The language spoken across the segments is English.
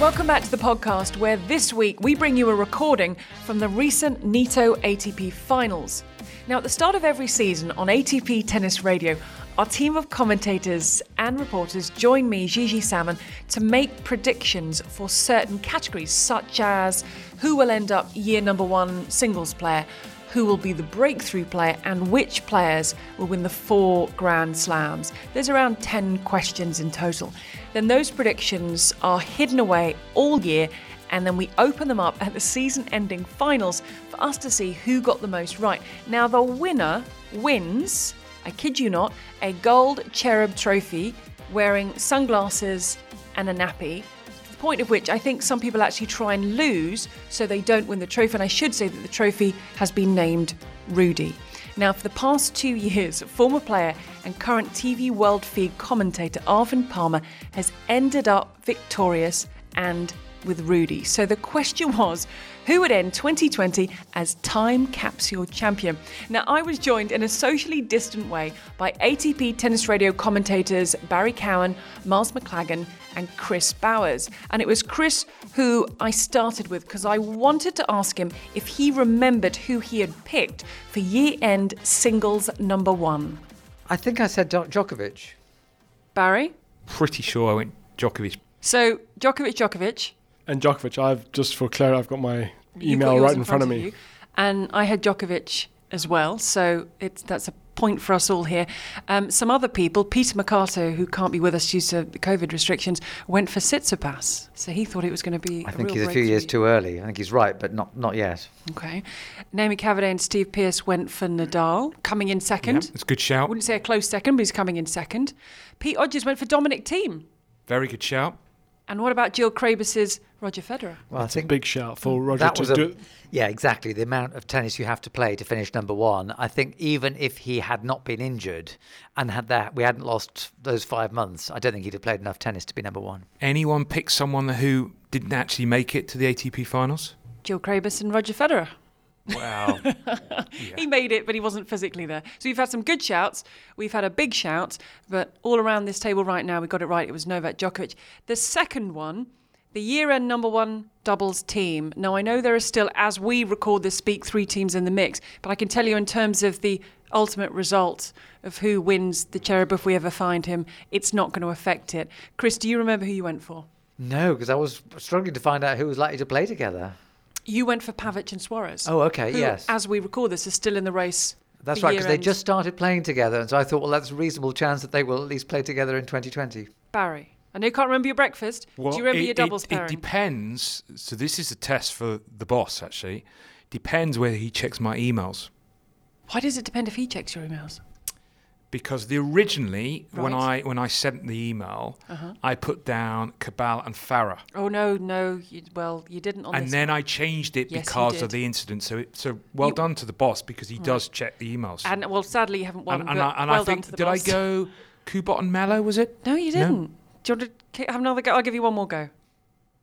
Welcome back to the podcast, where this week we bring you a recording from the recent NITO ATP finals. Now, at the start of every season on ATP Tennis Radio, our team of commentators and reporters join me, Gigi Salmon, to make predictions for certain categories, such as who will end up year number one singles player, who will be the breakthrough player, and which players will win the four Grand Slams. There's around 10 questions in total. Then those predictions are hidden away all year and then we open them up at the season ending finals for us to see who got the most right. Now, the winner wins, I kid you not, a gold cherub trophy wearing sunglasses and a nappy. To the point of which I think some people actually try and lose so they don't win the trophy. And I should say that the trophy has been named Rudy. Now, for the past two years, former player and current TV World Feed commentator Arvin Palmer has ended up victorious and with Rudy. So the question was who would end 2020 as time capsule champion? Now, I was joined in a socially distant way by ATP tennis radio commentators Barry Cowan, Miles McLagan, and Chris Bowers. And it was Chris who I started with because I wanted to ask him if he remembered who he had picked for year end singles number one. I think I said Djo- Djokovic. Barry? Pretty sure I went Djokovic. So, Djokovic, Djokovic. and Djokovic. I've just for Claire, I've got my You've got email yours right in front of me. you. And I had Djokovic as well, so it's that's a point for us all here. Um, some other people, Peter Mercato, who can't be with us due to the COVID restrictions, went for Tsitsipas, so he thought it was going to be. I think real he's a few years breakthrough. too early. I think he's right, but not not yet. Okay, Naomi Cavaday and Steve Pearce went for Nadal, coming in second. It's a good shout. Wouldn't say a close second, but he's coming in second. Pete Hodges went for Dominic Team. Very good shout. And what about Jill Krabus's Roger Federer? Well, I think Big shout for Roger that was to do a, it. yeah, exactly. The amount of tennis you have to play to finish number one. I think even if he had not been injured and had that, we hadn't lost those five months. I don't think he'd have played enough tennis to be number one. Anyone pick someone who didn't actually make it to the ATP finals? Jill Krabus and Roger Federer. Wow. He made it, but he wasn't physically there. So we've had some good shouts. We've had a big shout, but all around this table right now, we got it right. It was Novak Djokovic. The second one, the year end number one doubles team. Now, I know there are still, as we record this speak, three teams in the mix, but I can tell you in terms of the ultimate result of who wins the cherub if we ever find him, it's not going to affect it. Chris, do you remember who you went for? No, because I was struggling to find out who was likely to play together. You went for Pavic and Suarez. Oh, okay, who, yes. As we record this, is still in the race. That's for right, because they year-end. just started playing together, and so I thought, well, that's a reasonable chance that they will at least play together in 2020. Barry. I know you can't remember your breakfast. Do you remember it, your doubles it, it pairing? depends. So this is a test for the boss, actually. Depends whether he checks my emails. Why does it depend if he checks your emails? Because the originally, when I Right. Uh-huh. when I sent the email, I put down Cabal and Farah. Oh no, no. You, well, you didn't on and this. then I changed Yes, it you because did. of the incident. So, it, so well You- done to the boss because he does check the emails. and well, sadly, you haven't won. and, and but I, and well I done think to the did boss. I go Kubot and Mello? Was it? No, you No. didn't. Do you want to have another go? I'll give you one more go.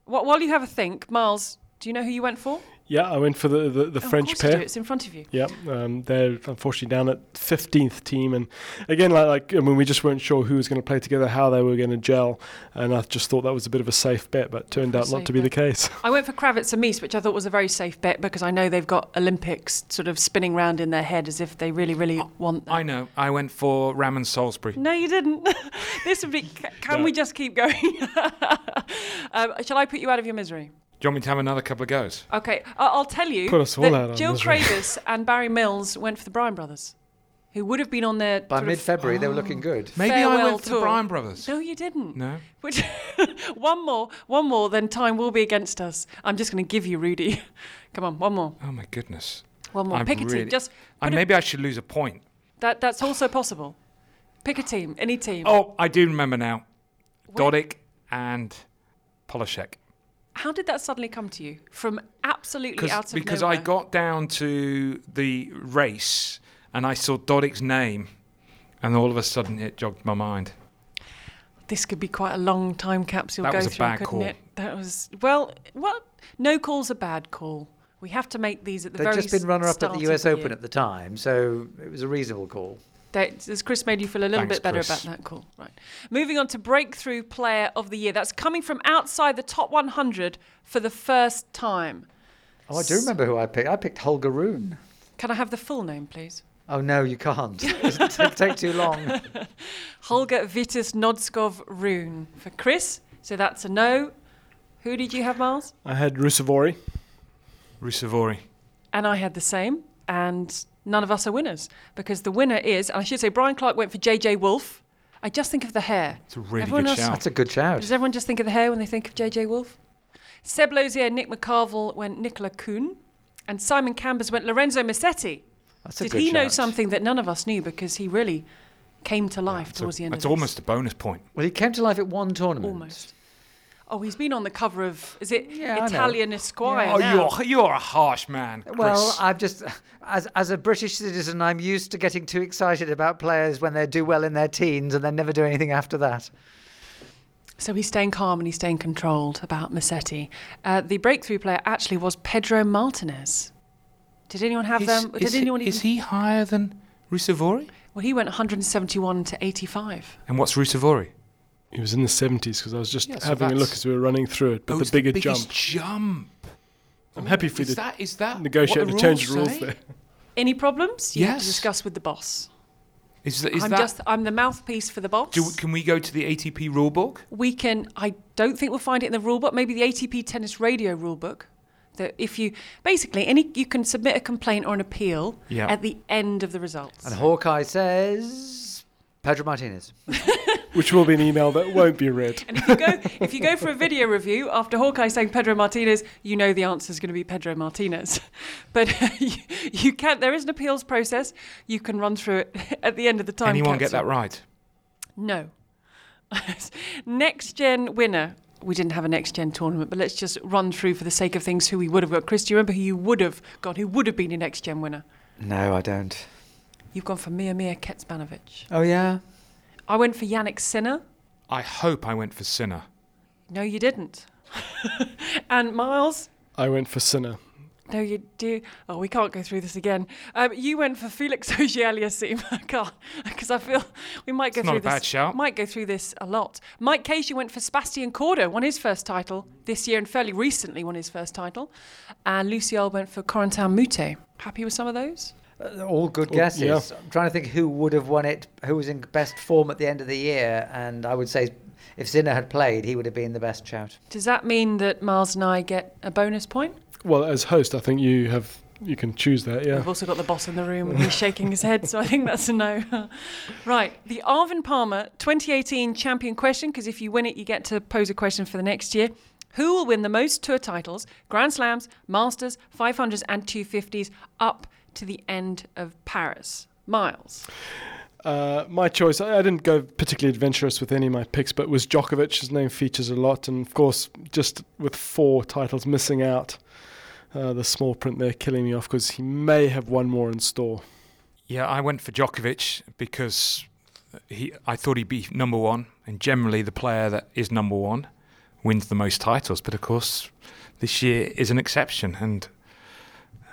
Wh- While you have a think, Miles, do you know who you went for? Yeah, I went for the the, the Oh, French of course you do. pair. It's in front of you. Yeah, um, they're unfortunately down at fifteenth team, and again, like, like I mean, we just weren't sure who was going to play together, how they were going to gel, and I just thought that was a bit of a safe bet, but turned out safe not to be the bet. case. I went for Kravitz and Mies, which I thought was a very safe bet because I know they've got Olympics sort of spinning round in their head as if they really, really want that. I know. I went for Raman Salisbury. No, you didn't. this would be. c- Can No. we just keep going? um, shall I put you out of your misery? Do you want me to have another couple of goes? Okay, I- I'll tell you. Put us all that out of our Jill misery. Krabus and Barry Mills went for the Bryan brothers, who would have been on their. By sort of- mid-February, they were looking good. Maybe I Farewell went for the tour. Bryan brothers. No, you didn't. No. Which, one more, one more, then time will be against us. I'm just going to give you Rudy. Come on, one more, Oh my goodness. one more. I'm Pick a team. really- Just And put a- maybe I should lose a point. that. That's also possible. Pick a team, any team. Oh, I do remember now. Dodik and Polishek. How did that suddenly come to you from absolutely out of Because I nowhere? got down to the race and I saw Dodik's name and all of a sudden it jogged my mind. This could be quite a long time capsule That go was a through, bad couldn't call. it? That was well, what? No call's a bad call. We have to make these at the They'd very just been runner-up start at of the US Open year. at the time, so it was a reasonable call. That, has Chris made you feel a little Thanks, bit better Chris. about that? Cool. Right. Moving on to Breakthrough Player of the Year. That's coming from outside the top 100 for the first time. Oh, I do remember who I picked. I picked Holger Rune. Can I have the full name, please? Oh no, you can't. It'll take too long. Holger Vitus Nodskov Rune for Chris. So that's a no. Who did you have, Miles? I had Rusevori. Rusevori. And I had the same. And none of us are winners because the winner is, and I should say, Brian Clark went for JJ Wolf. I just think of the hair. It's a really Everyone good else- shout. That's a good shout. Does everyone just think of the hair when they think of JJ Wolf? Seb Lozier, Nick McCarville went Nicola Kuhn, and Simon Cambers went Lorenzo Massetti. That's a Did good he know shout. something that none of us knew because he really came to life It's, towards the end it's of almost a bonus point. Well, he came to life at one this. tournament. almost. Oh, he's been on the cover of is it Yeah, I know. Italian Esquire? oh, now? you're you're a harsh man, Chris. Well, I've just, as as a British citizen, I'm used to getting too excited about players when they do well in their teens and then never do anything after that. So he's staying calm and he's staying controlled about Massetti. Uh, the breakthrough player actually was Pedro Martinez. Did anyone have them? Did is, he- anyone even? is he higher than Rusevori? Well, he went 171 to 85. And what's Rusevori? He was in the 70s because I was just Yeah, so having a look that's- as we were running through it. But Oh, the it's bigger biggest jump. jump. I'm happy for you Is to that is that negotiate what the, the change of rules rules say? there. Any problems? You have to Yes. discuss with the boss. Is that, is I'm that just I'm the mouthpiece for the boss. do, can we go to the ATP rulebook? we can I don't think we'll find it in the rule book, maybe the ATP tennis radio rule book. That if you basically any you can submit a complaint or an appeal Yeah. at the end of the results. And Hawkeye says Pedro Martinez. Which will be an email that won't be read. And if you go if you go for a video review after Hawkeye saying Pedro Martinez, you know the answer is going to be Pedro Martinez. But you, you can't. There is an appeals process. You can run through it at the end of the time. Anyone get capsule. that right? No. next gen winner. We didn't have a next gen tournament, but let's just run through for the sake of things who we would have got. Chris, do you remember who you would have got? Who would have been your next gen winner? No, I don't. You've gone for Mia Mia Ketsmanovic. Oh yeah. I went for Yannick Sinner. I hope I went for Sinner. No, you didn't. and Miles, I went for Sinner. No, you do. Oh, we can't go through this again. Um, you went for Felix Auger-Aliassime. I can't because I feel we might go It's through not a this. bad shout. Might go through this a lot. Mike Casey went for Sebastian Corda, won his first title this year and fairly recently won his first title. And Luciole went for Corentin Moutet. Happy with some of those? Uh, All good Oh, guesses. yeah. I'm trying to think who would have won it, who was in best form at the end of the year, and I would say if Sinner had played, he would have been the best shout. Does that mean that Miles and I get a bonus point? Well, as host, I think you have you can choose that. Yeah. We've also got the boss in the room. He's shaking his head, so I think that's a no. right. The Arvin Palmer 2018 champion question, because if you win it, you get to pose a question for the next year. Who will win the most tour titles, Grand Slams, Masters, 500s, and 250s up to the end of Paris? Miles. Uh, my choice. I, I didn't go particularly adventurous with any of my picks, but was Djokovic. His name features a lot, and of course, just with four titles missing out, uh, the small print there killing me off because he may have one more in store. Yeah, I went for Djokovic because he. I thought he'd be number one, and generally the player that is number one wins the most titles. But of course, this year is an exception, and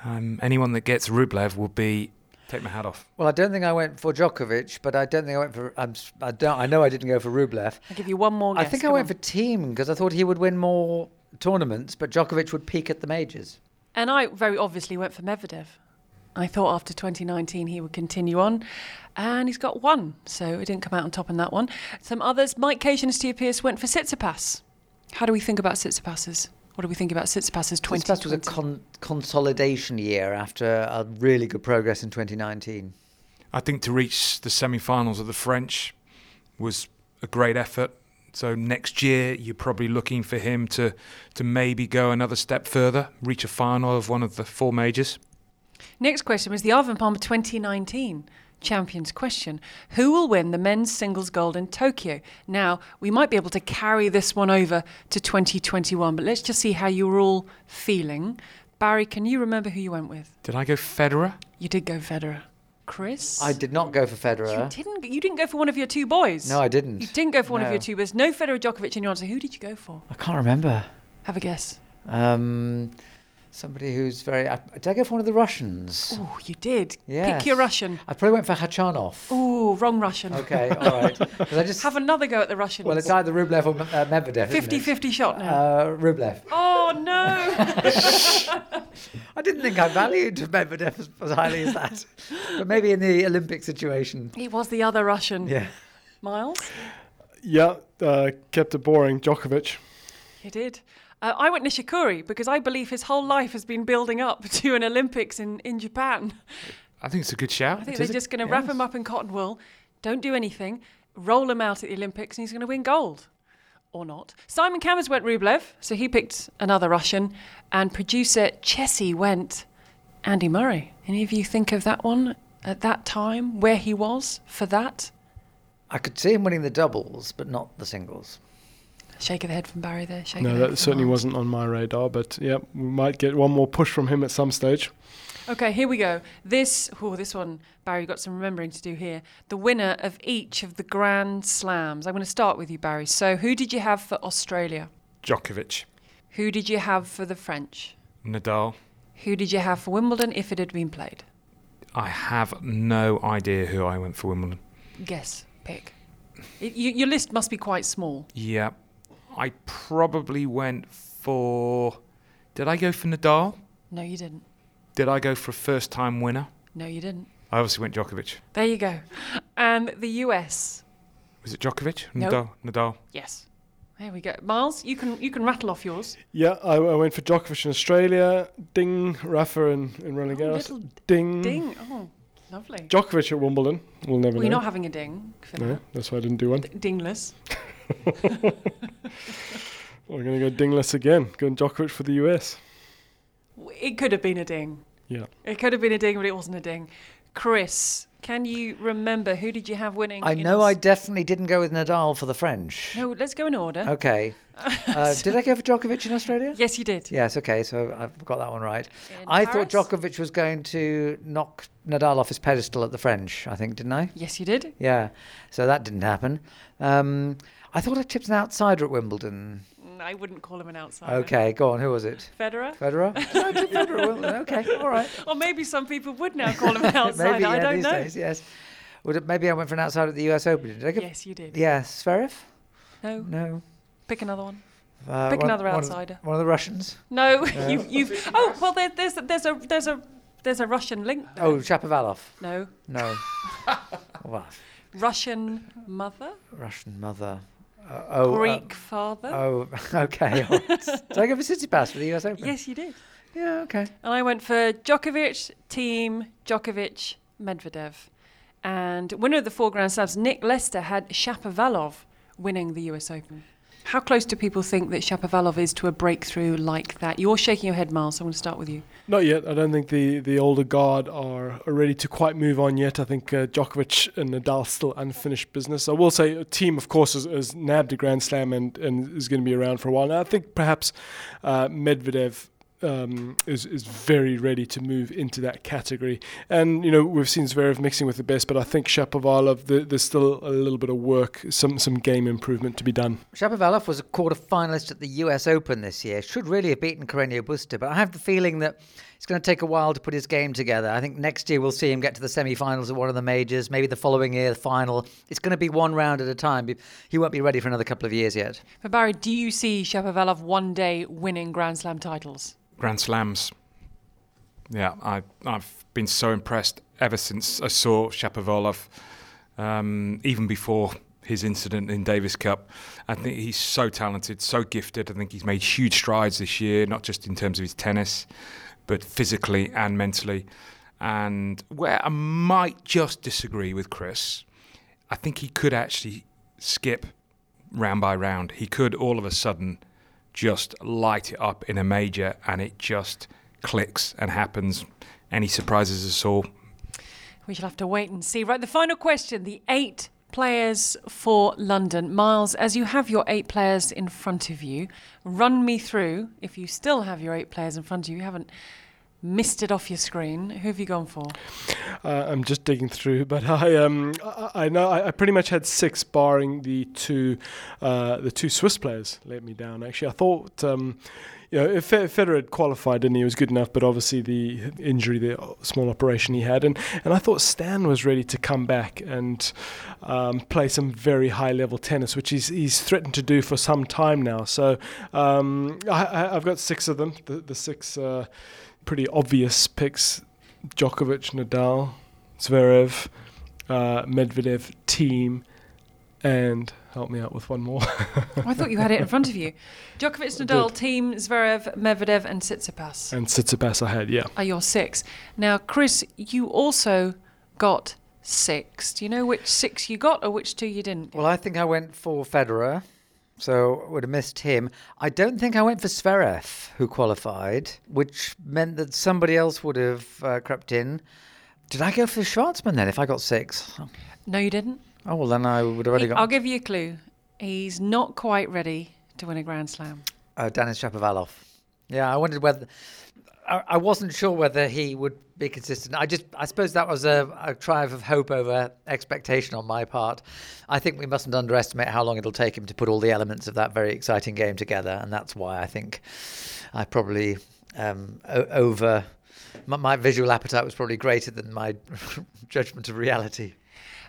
um, anyone that gets Rublev will be take my hat off. Well, I don't think I went for Djokovic, but I don't think I went for. I'm, s- I don't. I know I didn't go for Rublev. I'll give you one more I guess. think I Come went on. for team because I thought he would win more tournaments, but Djokovic would peak at the majors. And I very obviously went for Medvedev. I thought after 2019 he would continue on, and he's got one, so it didn't come out on top in that one. Some others, Mike Cage and Steve Pearce went for Sitsipas. How do we think about Sitsipas's? What do we think about Sitsipas's 2020? This was a con- consolidation year after a really good progress in 2019. I think to reach the semi-finals of the French was a great effort. So next year you're probably looking for him to to maybe go another step further, reach a final of one of the four majors. Next question was the Arvin Palmer 2019 champions question. Who will win the men's singles gold in Tokyo? Now, we might be able to carry this one over to 2021, but let's just see how you're all feeling. Barry, can you remember who you went with? Did I go Federer? You did go Federer. Chris? I did not go for You Federer. didn't, you didn't go for one of your two boys. No, I You didn't. didn't go for one of No. your two boys. No Federer Djokovic in your answer. Who did you go for? I can't remember. Have a guess. Um, Somebody who's very. I, did I go for one of the Russians? Oh, you did. Pick Yes. your Russian. I probably went for Hachanov. Ooh, wrong Russian. Okay, all right. 'Cause I just Have another go at the Russians. well, it's either Rublev or uh, Medvedev. 50 isn't 50 shot it? now. Uh, Rublev. oh, no. I didn't think I valued Medvedev as, as highly as that, but maybe in the Olympic situation, he was the other Russian. yeah. Miles? Yeah, uh, kept it boring. Djokovic. He did. Uh, I went Nishikori because I believe his whole life has been building up to an Olympics in, in Japan. I think it's a good shout. I think It is they're a- just going to wrap him up in cotton wool, don't do anything, roll him out at the Olympics, and he's going to win gold. Or not. Simon Cammers went Rublev, so he picked another Russian, and producer Chessie went Andy Murray. Any of you think of that one at that time, where he was for that? I could see him winning the doubles, but not the singles. Shake of the head from Barry there. Shake of No, the head that from certainly Mark. wasn't on my radar, but yeah, we might get one more push from him at some stage. Okay, here we go. This, oh, this one, Barry, you've got some remembering to do here. The winner of each of the Grand Slams. I'm going to start with you, Barry. So, who did you have for Australia? Djokovic, Who did you have for the French? Nadal. Who did you have for Wimbledon if it had been played? I have no idea who I went for Wimbledon. Guess, pick. Y y- your list must be quite small. Yeah, I probably went for. Did I go for Nadal? No, you didn't. Did I go for a first-time winner? No, you didn't. I obviously went Djokovic. There you go. And the US. Was it Djokovic? No. Nadal. Nadal. Yes. There we go. Miles, you can you can rattle off yours. Yeah, I, I went for Djokovic in Australia. Ding, Rafa in, in Roland Oh, Garros. little Ding. ding. Oh, lovely. Djokovic at Wimbledon. We'll never We're know. not having a ding. for No, that. that's why I didn't do one. Dingless. We're going to go dingless again. Going Djokovic for the US. It could have been a ding. Yeah. It could have been a ding, but it wasn't a ding. Chris, can you remember who did you have winning? I in know I Aus- definitely didn't go with Nadal for the French. No, let's go in order. Okay. Uh, did I go for Djokovic in Australia? Yes, you did. Yes, okay, so I've got that one right. In I thought Paris? Djokovic was going to knock Nadal off his pedestal at the French, I think, didn't I? Yes, you did. Yeah, so that didn't happen. Um, I thought I tipped an outsider at Wimbledon. Mm, I wouldn't call him an outsider. Okay, go on, who was it? Federer? Federer? Did I tip Federer at Wimbledon? Okay, all right. Or maybe some people would now call him an outsider. maybe, I yeah, don't these know. days, yes. Would it, maybe I went for an outsider at the US Open. Did I go? Yes, you did. Yeah, Sverev? No, No. pick another one. Uh, Pick one- another one of- Uh, outsider. One of the Russians? No, you, you've. Oh well, there, there's there's a there's a there's a Russian link. There. Oh, Shapovalov. no, No. Wow. Russian mother, Russian mother. Uh, oh, uh, Greek father. oh, okay. all right. Did I go for City Pass for the US Open? Yes, you did. Yeah, okay. And I went for Djokovic, Team, Djokovic, Medvedev. And winner of the four Grand Slams, Nick Lester, had Shapovalov winning the US Open. How close do people think that Shapovalov is to a breakthrough like that? You're shaking your head, Miles, so I'm going to start with you. Not yet. I don't think the, the older guard are are ready to quite move on yet. I think uh, Djokovic and Nadal still unfinished business. I will say a team, of course, has, has nabbed a Grand Slam and, and is going to be around for a while. Now, I think perhaps uh, Medvedev um, is, is very ready to move into that category. And, you know, we've seen Zverev mixing with the best, but I think Shapovalov, the, there's still a little bit of work, some, some game improvement to be done. Shapovalov was a quarter finalist at the US Open this year. Should really have beaten Carreño Busta, but I have the feeling that it's going to take a while to put his game together. I think next year we'll see him get to the semi-finals of one of the majors, maybe the following year the final. It's going to be one round at a time. Be- He won't be ready for another couple of years yet. But Barry, do you see Shapovalov one day winning Grand Slam titles? Grand Slams. Yeah, I, I've been so impressed ever since I saw Shapovalov, um, even before his incident in Davis Cup. I think he's so talented, so gifted. I think he's made huge strides this year, not just in terms of his tennis, but physically and mentally. And where I might just disagree with Chris, I think he could actually skip round by round. He could all of a sudden just light it up in a major and it just clicks and happens. Any surprises us all? We shall have to wait and see. Right, the final question the eight players for London. Miles, as you have your eight players in front of you, run me through, if you still have your eight players in front of you, you haven't, missed it off your screen. Who have you gone for? Uh, I'm just digging through, but I um I, I know I, I pretty much had six, barring the two uh, the two Swiss players let me down. Actually, I thought um, you know if Fe- Federer had qualified, didn't he? he was good enough, but obviously the injury, the small operation he had, and and I thought Stan was ready to come back and um, play some very high level tennis, which he's he's threatened to do for some time now. So um, I, I, I've got six of them, the, the six. Uh, pretty obvious picks Djokovic, Nadal, Zverev, uh, Medvedev, team, and help me out with one more. Oh, I thought you had it in front of you. Djokovic, Nadal, team, Zverev, Medvedev, and Tsitsipas and Tsitsipas I had, yeah. are your six. Now, Chris, you also got six. Do you know which six you got or which two you didn't? Well, I think I went for Federer, so would have missed him. I don't think I went for Zverev, who qualified, which meant that somebody else would have uh, crept in. Did I go for Schwartzman then? If I got six, No, you didn't. oh well, then I would have already He- got I'll give you a clue. He's not quite ready to win a Grand Slam. uh, Dennis Shapovalov. Yeah, I wondered whether I, I wasn't sure whether he would be consistent. I just I suppose that was a, a triumph of hope over expectation on my part. I think we mustn't underestimate how long it'll take him to put all the elements of that very exciting game together, and that's why I think I probably um, o- over. My, my visual appetite was probably greater than my judgment of reality.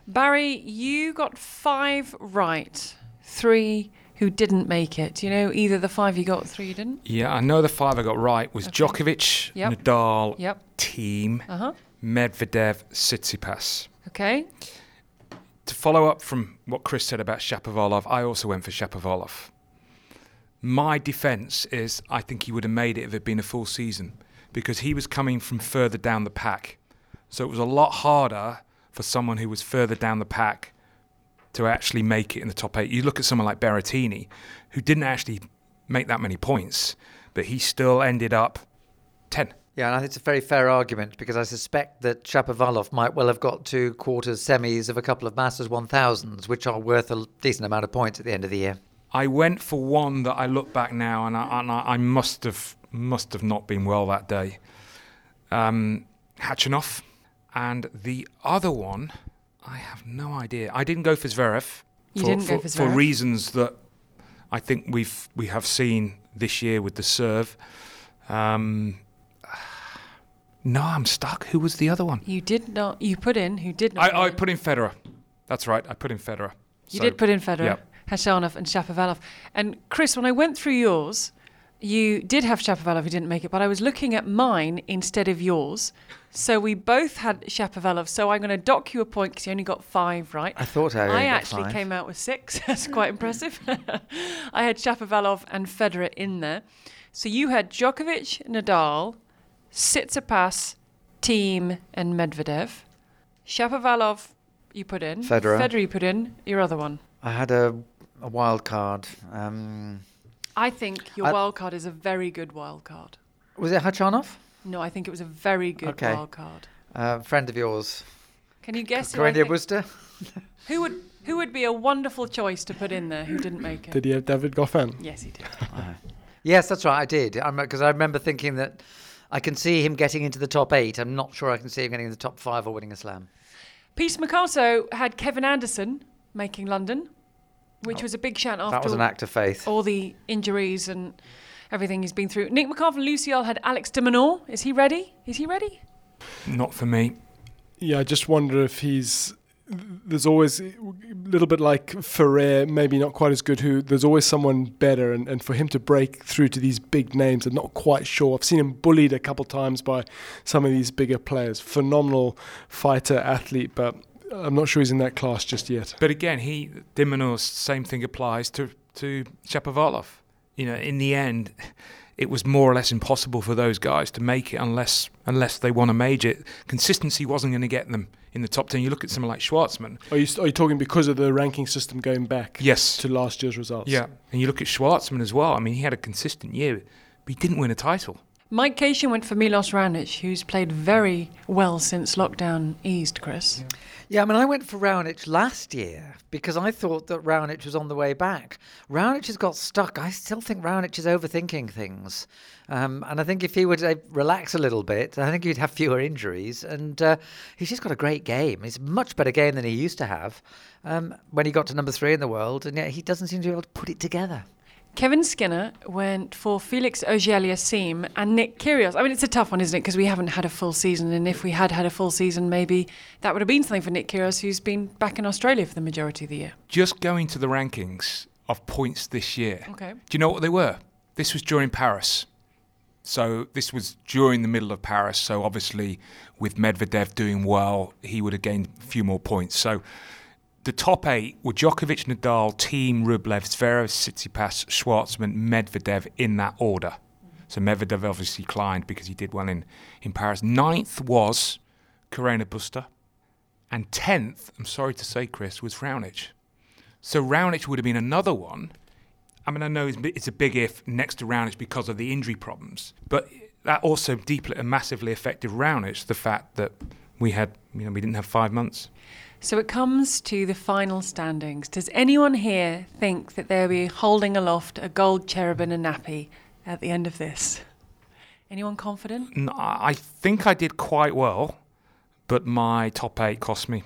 Barry, you got five right, three who didn't make it. Do you know either the five you got, three you didn't? Yeah, I know the five I got right was Djokovic, Yep. Nadal, Yep. Team, Uh huh. Medvedev, Tsitsipas. Okay. To follow up from what Chris said about Shapovalov, I also went for Shapovalov. My defence is I think he would have made it if it had been a full season because he was coming from further down the pack. So it was a lot harder for someone who was further down the pack to actually make it in the top eight. You look at someone like Berrettini, who didn't actually make that many points, but he still ended up 10. Yeah, and I think it's a very fair argument because I suspect that Shapovalov might well have got to quarters, semis of a couple of Masters 1000s, which are worth a decent amount of points at the end of the year. I went for one that I look back now, and I, and I, I must have must have not been well that day. Um, Hachinov, and the other one, I have no idea. I didn't go for Zverev. You for, didn't go for- for Zverev? reasons that I think we've we have seen this year with the serve. Um, no, I'm stuck. Who was the other one? You did not. You put in who did not. I, I win. put in Federer. That's right. I put in Federer. You So- did put in Federer, yeah. Hashanov, and Shapovalov. And Chris, when I went through yours, you did have Shapovalov who didn't make it, but I was looking at mine instead of yours. So we both had Shapovalov. So I'm going to dock you a point because you only got five right. I thought I, only I got actually five. came out with six. That's quite impressive. I had Shapovalov and Federer in there. So you had Djokovic, Nadal, Tsitsipas, Team, and Medvedev. Shapovalov, you put in. Federer. Federer, you put in. Your other one. I had a, a wild card. Um, I think your I- wild card is a very good wild card. was it Hachanov? No, I think it was a very good Okay. wild card. A friend of yours, Can you guess who, I Corinne think- Brewster? who would who would be a wonderful choice to put in there who didn't make it? Did he have David Goffin? Yes, he did. Yes, that's right, I did. Because I remember thinking that I can see him getting into the top eight. I'm not sure I can see him getting in the top five or winning a slam. Peace Mercato had Kevin Anderson making London, which was a big shout after Oh, that was an act of faith. all the injuries and everything he's been through. Nick McCarver and Luciel had Alex de Menor. Is he ready? Is he ready? Not for me. Yeah, I just wonder if he's. There's always a little bit like Ferrer, maybe not quite as good. Who there's always someone better, and, and for him to break through to these big names, I'm not quite sure. I've seen him bullied a couple times by some of these bigger players. Phenomenal fighter, athlete, but I'm not sure he's in that class just yet. But again, he Dimonors, same thing applies to to Shapovalov. You know, in the end, it was more or less impossible for those guys to make it unless unless they won a major. Consistency wasn't going to get them in the top ten. You look at someone like Schwartzman. Are you are you talking because of the ranking system going back Yes. to last year's results? Yeah, and you look at Schwartzman as well. I mean, he had a consistent year, but he didn't win a title. Mike Cation went for Milos Raonic, who's played very well since lockdown eased, Chris. Yeah, I mean, I went for Raonic last year because I thought that Raonic was on the way back. Raonic has got stuck. I still think Raonic is overthinking things. Um, and I think if he would uh, relax a little bit, I think he'd have fewer injuries. And uh, he's just got a great game. It's a much better game than he used to have um, when he got to number three in the world. And yet he doesn't seem to be able to put it together. Kevin Skinner went for Felix Auger-Aliassime and Nick Kyrgios. I mean, it's a tough one, isn't it? Because we haven't had a full season, and if we had had a full season, maybe that would have been something for Nick Kyrgios, who's been back in Australia for the majority of the year. Just going to the rankings of points this year. Okay. Do you know what they were? This was during Paris. So this was during the middle of Paris. So obviously, with Medvedev doing well, he would have gained a few more points. So the top eight were Djokovic, Nadal, Team, Rublev, Zverev, Tsitsipas, Schwartzman, Medvedev in that order. So Medvedev obviously climbed because he did well in, in Paris. Ninth was Corona Buster. And tenth, I'm sorry to say, Chris, was Raonic. So Raonic would have been another one. I mean, I know it's, it's a big if next to Raonic because of the injury problems, but that also deeply and massively affected Raonic, the fact that we had, you know, we didn't have five months. So it comes to the final standings. Does anyone here think that they'll be holding aloft a gold cherubim and nappy at the end of this? Anyone confident? N- I I think I did quite well, but my top eight cost me.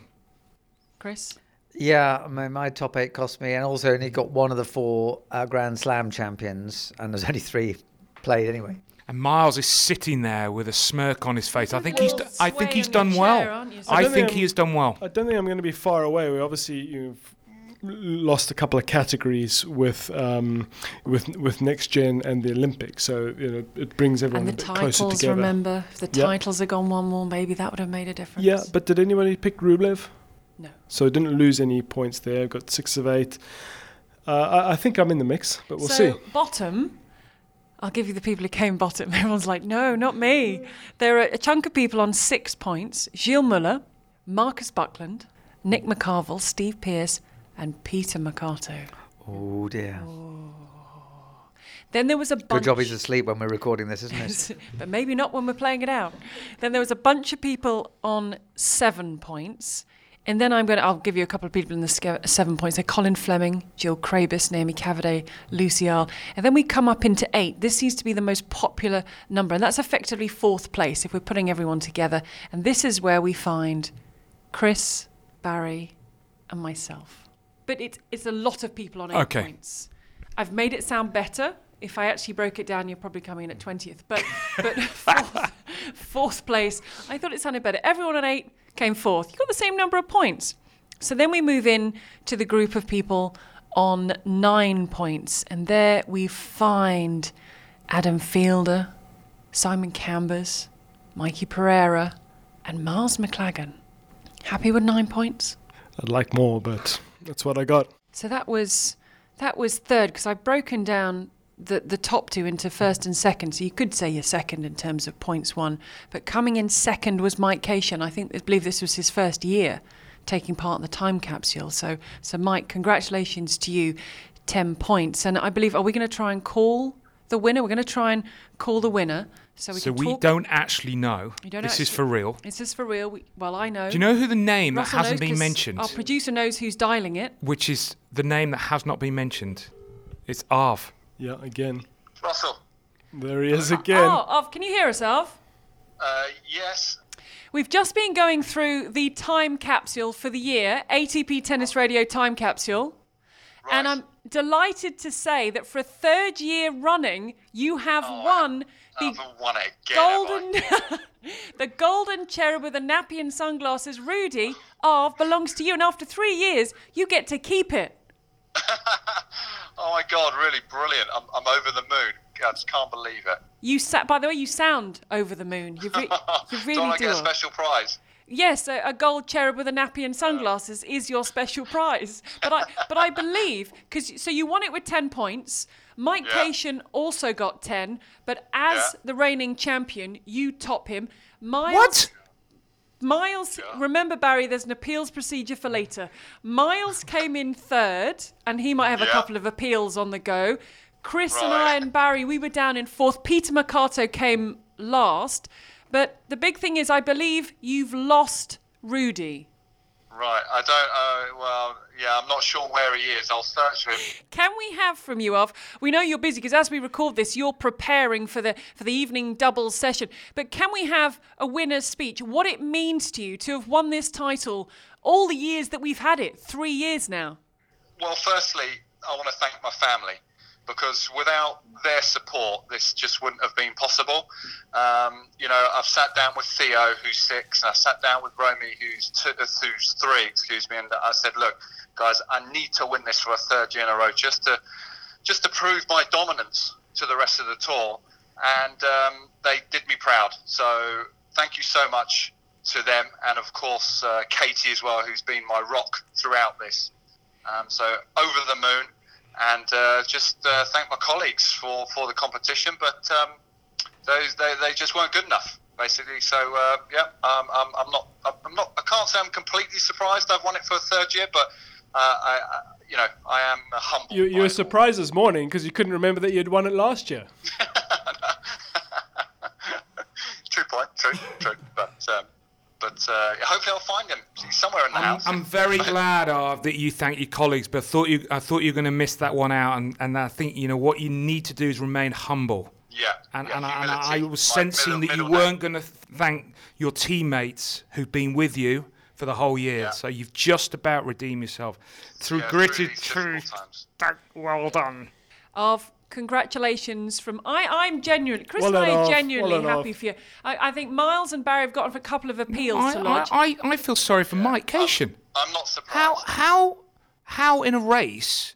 Chris? Yeah, my, my top eight cost me, and also only got one of the four uh, Grand Slam champions, and there's only three played anyway. And Miles is sitting there with a smirk on his face. I You're think a he's. little I think sway he's on done your well. chair, aren't you, I Sam? think he has done well. I don't think I'm going to be far away. We obviously you've lost a couple of categories with um, with with next gen and the Olympics, so you know it brings everyone And the a bit closer titles, together. remember? If the Yeah. titles had gone one more, maybe that would have made a difference. Yeah, but did anybody pick Rublev? No. So didn't lose any points there. Got six of eight. Uh, I, I think I'm in the mix, but we'll so see. bottom, I'll give you the people who came bottom. Everyone's like, no, not me. There are a chunk of people on six points: Gilles Muller, Marcus Buckland, Nick McCarville, Steve Pearce, and Peter Mercato. Oh dear. Then there was a bunch. Good job he's asleep when we're recording this, isn't it? but maybe not when we're playing it out. Then there was a bunch of people on seven points. And then I'm going to, I'll give you a couple of people in the sca- seven points. So Colin Fleming, Jill Krabus, Naomi Cavaday, Lucy Arle. And then we come up into eight. This seems to be the most popular number. And that's effectively fourth place if we're putting everyone together. And this is where we find Chris, Barry, and myself. But it's, it's a lot of people on eight Okay. points. I've made it sound better. If I actually broke it down, you're probably coming in at 20th. But, but fourth, fourth place, I thought it sounded better. Everyone on eight came fourth. You got the same number of points. So then we move in to the group of people on nine points. And there we find Adam Fielder, Simon Cambers, Mikey Pereira, and Miles McLagan. Happy with nine points? I'd like more, but that's what I got. So that was that was third because I've broken down the the top two into first and second. So you could say you're second in terms of points won, but coming in second was Mike Cation. I think I believe this was his first year taking part in the time capsule. So so Mike, congratulations to you, ten points. And I believe are we going to try and call the winner? We're going to try and call the winner. So we so can we talk. don't actually know. You don't this is actually- for real. Is this for real? We, well, I know. Do you know who the name Russell that hasn't knows been 'cause mentioned? Our producer knows who's dialing it. Which is the name that has not been mentioned? It's Arv. Yeah, again, Russell. there he is again. Oh, Arv, can you hear us, Arv? Uh, yes. We've just been going through the time capsule for the year, ATP Tennis Radio time capsule, Right. and I'm delighted to say that for a third year running, you have Oh, won the I've won again. have I? golden the golden cherub with a nappy and sunglasses, Rudy, of belongs to you, and after three years, you get to keep it. Oh my God! Really brilliant. I'm, I'm over the moon. I just can't believe it. You sat. By the way, you sound over the moon. You, re- you Don't really I do. get a special prize? Yes, a, a gold cherub with a nappy and sunglasses is your special prize. But I, but I believe because so you won it with ten points. Mike Yeah. Cation also got ten, but as Yeah. the reigning champion, you top him. Miles, What? Miles, remember Barry, there's an appeals procedure for later. Miles came in third, and he might have a Yeah. couple of appeals on the go. Chris and Right. I and Barry, we were down in fourth. Peter Mercato came last. But the big thing is, I believe you've lost Rudy. Right. I don't. Uh, well, yeah. I'm not sure where he is. I'll search for him. Can we have from you, Alf? We know you're busy because as we record this, you're preparing for the for the evening doubles session. But can we have a winner's speech? What it means to you to have won this title all the years that we've had it, three years now. Well, firstly, I want to thank my family because without their support, this just wouldn't have been possible. Um, you know, I've sat down with Theo, who's six, and I sat down with Romy, who's two, uh, who's three, excuse me, and I said, "Look, guys, I need to win this for a third year in a row, just to just to prove my dominance to the rest of the tour." And um, they did me proud. So thank you so much to them, and of course uh, Katie as well, who's been my rock throughout this. Um, so over the moon, and uh, just uh, thank my colleagues for, for the competition, but um, those they, they just weren't good enough basically. So uh, yeah, um, I'm, I'm not I'm not I can't say I'm completely surprised I've won it for a third year, but uh, I, I you know I am humble. You, you by were it all. surprised this morning because you couldn't remember that you'd won it last year. true point, true, true, but. Um, but uh, hopefully I'll find him. He's somewhere in the I'm, house. I'm very glad Arv, that you thank your colleagues, but I thought you I thought you were going to miss that one out, and, and I think you know what you need to do is remain humble. yeah. And, yeah, and, I, and I humility, was my sensing middle- that you middle name. weren't going to thank your teammates who've been with you for the whole year. So you've just about redeemed yourself through Yeah, through gritted these difficult truth. times. Thank- Well done. Of congratulations from I. I'm genuinely Chris Well and I enough, are well genuinely enough. happy for you. I, I think Miles and Barry have gotten a couple of appeals I, to lodge. I, I, I feel sorry for Mike Cation. I'm not surprised. How how how in a race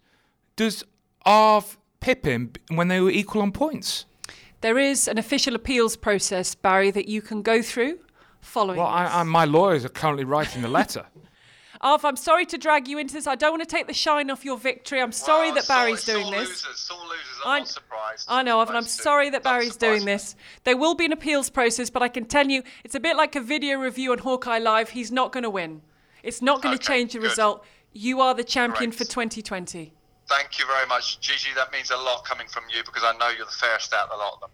does Arv pip him b- when they were equal on points? there is an official appeals process, Barry, that you can go through following. Well, I, I, my lawyers are currently writing the letter. Alf, I'm sorry to drag you into this. I don't want to take the shine off your victory. I'm Well, sorry that it's all- Barry's it's doing all this. Losers, it's all losers. I'm, I'm- not surprised. I know, of, and I'm Surprised too. sorry that Not Barry's doing surprised. this. There will be an appeals process, but I can tell you it's a bit like a video review on Hawkeye Live. He's not going to win. It's not going to Okay, change the good. result. You are the champion Great. for 2020. Thank you very much, Gigi. That means a lot coming from you because I know you're the fairest out of the lot of them.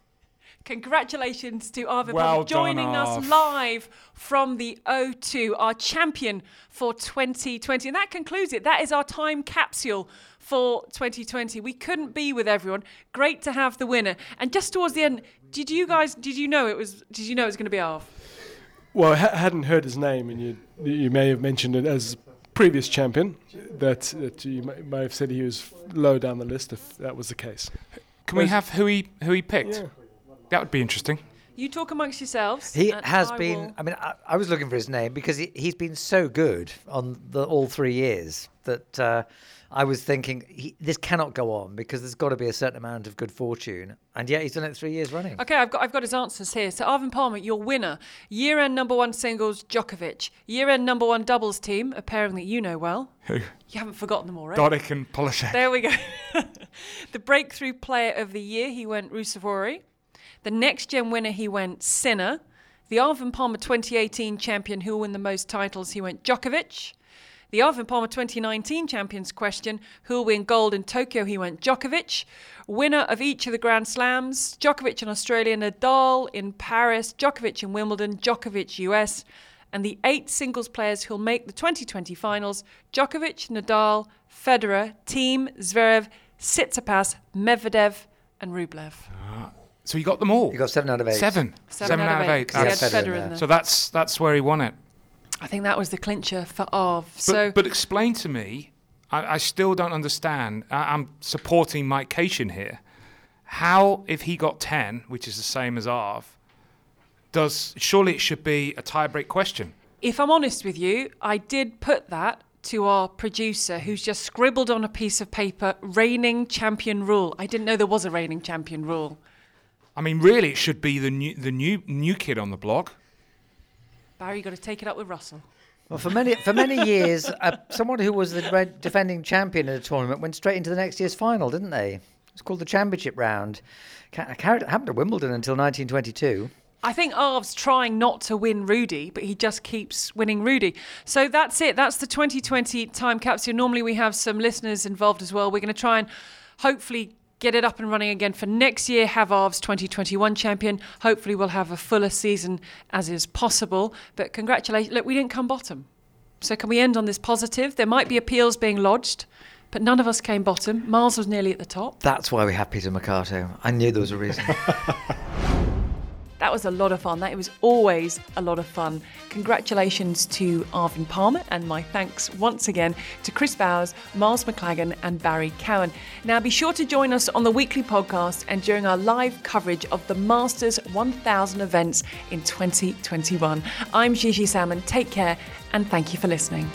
Congratulations to Arvid Well Bobby joining done, us Arv. live from the O2, our champion for 2020. And that concludes it. That is our time capsule for 2020. We couldn't be with everyone. Great to have the winner. And just towards the end, did you guys did you know it was did you know it was going to be Arv? Well, I ha- hadn't heard his name, and you you may have mentioned it as previous champion. That, that you may, may have said he was low down the list if that was the case. Can we have who he who he picked? Yeah. That would be interesting. You talk amongst yourselves. He and has I been. will- I mean, I, I was looking for his name because he, he's been so good on the all three years that uh, I was thinking he, this cannot go on because there's got to be a certain amount of good fortune, and yet he's done it three years running. Okay, I've got I've got his answers here. So Arvin Palmer, your winner, year-end number one singles Djokovic, year-end number one doubles team, a pairing that you know well. Who? You haven't forgotten them already. Dodic and Polishek. There we go. the breakthrough player of the year, he went Rusevori. The next gen winner, he went Sinner. The Arvin Palmer 2018 champion, who will win the most titles, he went Djokovic. The Arvin Palmer 2019 champions question, who will win gold in Tokyo, he went Djokovic. Winner of each of the Grand Slams, Djokovic in Australia, Nadal in Paris, Djokovic in Wimbledon, Djokovic US. And the eight singles players who'll make the 2020 finals Djokovic, Nadal, Federer, Team, Zverev, Tsitsipas, Medvedev, and Rublev. So he got them all. You got seven out of eight. Seven. Seven, out of eight. 'cause he That's- had Federer Federer in in there. So that's that's where he won it. I think that was the clincher for Arv. But, So but explain to me, I, I still don't understand. I, I'm supporting Mike Cation here. How, if he got 10, which is the same as Arv, does surely it should be a tiebreak question? if I'm honest with you, I did put that to our producer who's just scribbled on a piece of paper reigning champion rule. I didn't know there was a reigning champion rule. I mean, really, it should be the new the new new kid on the block. Barry, you got to take it up with Russell. Well, for many for many years, uh, someone who was the red defending champion in a tournament went straight into the next year's final, didn't they? It's called the championship round. Ca- ca- It happened at Wimbledon until 1922. I think Arv's trying not to win Rudy, but he just keeps winning Rudy. So that's it. That's the 2020 time capsule. Normally we have some listeners involved as well. We're going to try and hopefully get it up and running again for next year. Havar's 2021 champion. Hopefully, we'll have a fuller season as is possible. But congratulations. Look, we didn't come bottom. So, can we end on this positive? There might be appeals being lodged, but none of us came bottom. Miles was nearly at the top. That's why we had Peter Mercato. I knew there was a reason. That was a lot of fun. That was always a lot of fun. Congratulations to Arvin Palmer, and my thanks once again to Chris Bowers, Miles McLagan, and Barry Cowan. Now, be sure to join us on the weekly podcast and during our live coverage of the Masters 1000 events in 2021. I'm Gigi Salmon. Take care, and thank you for listening.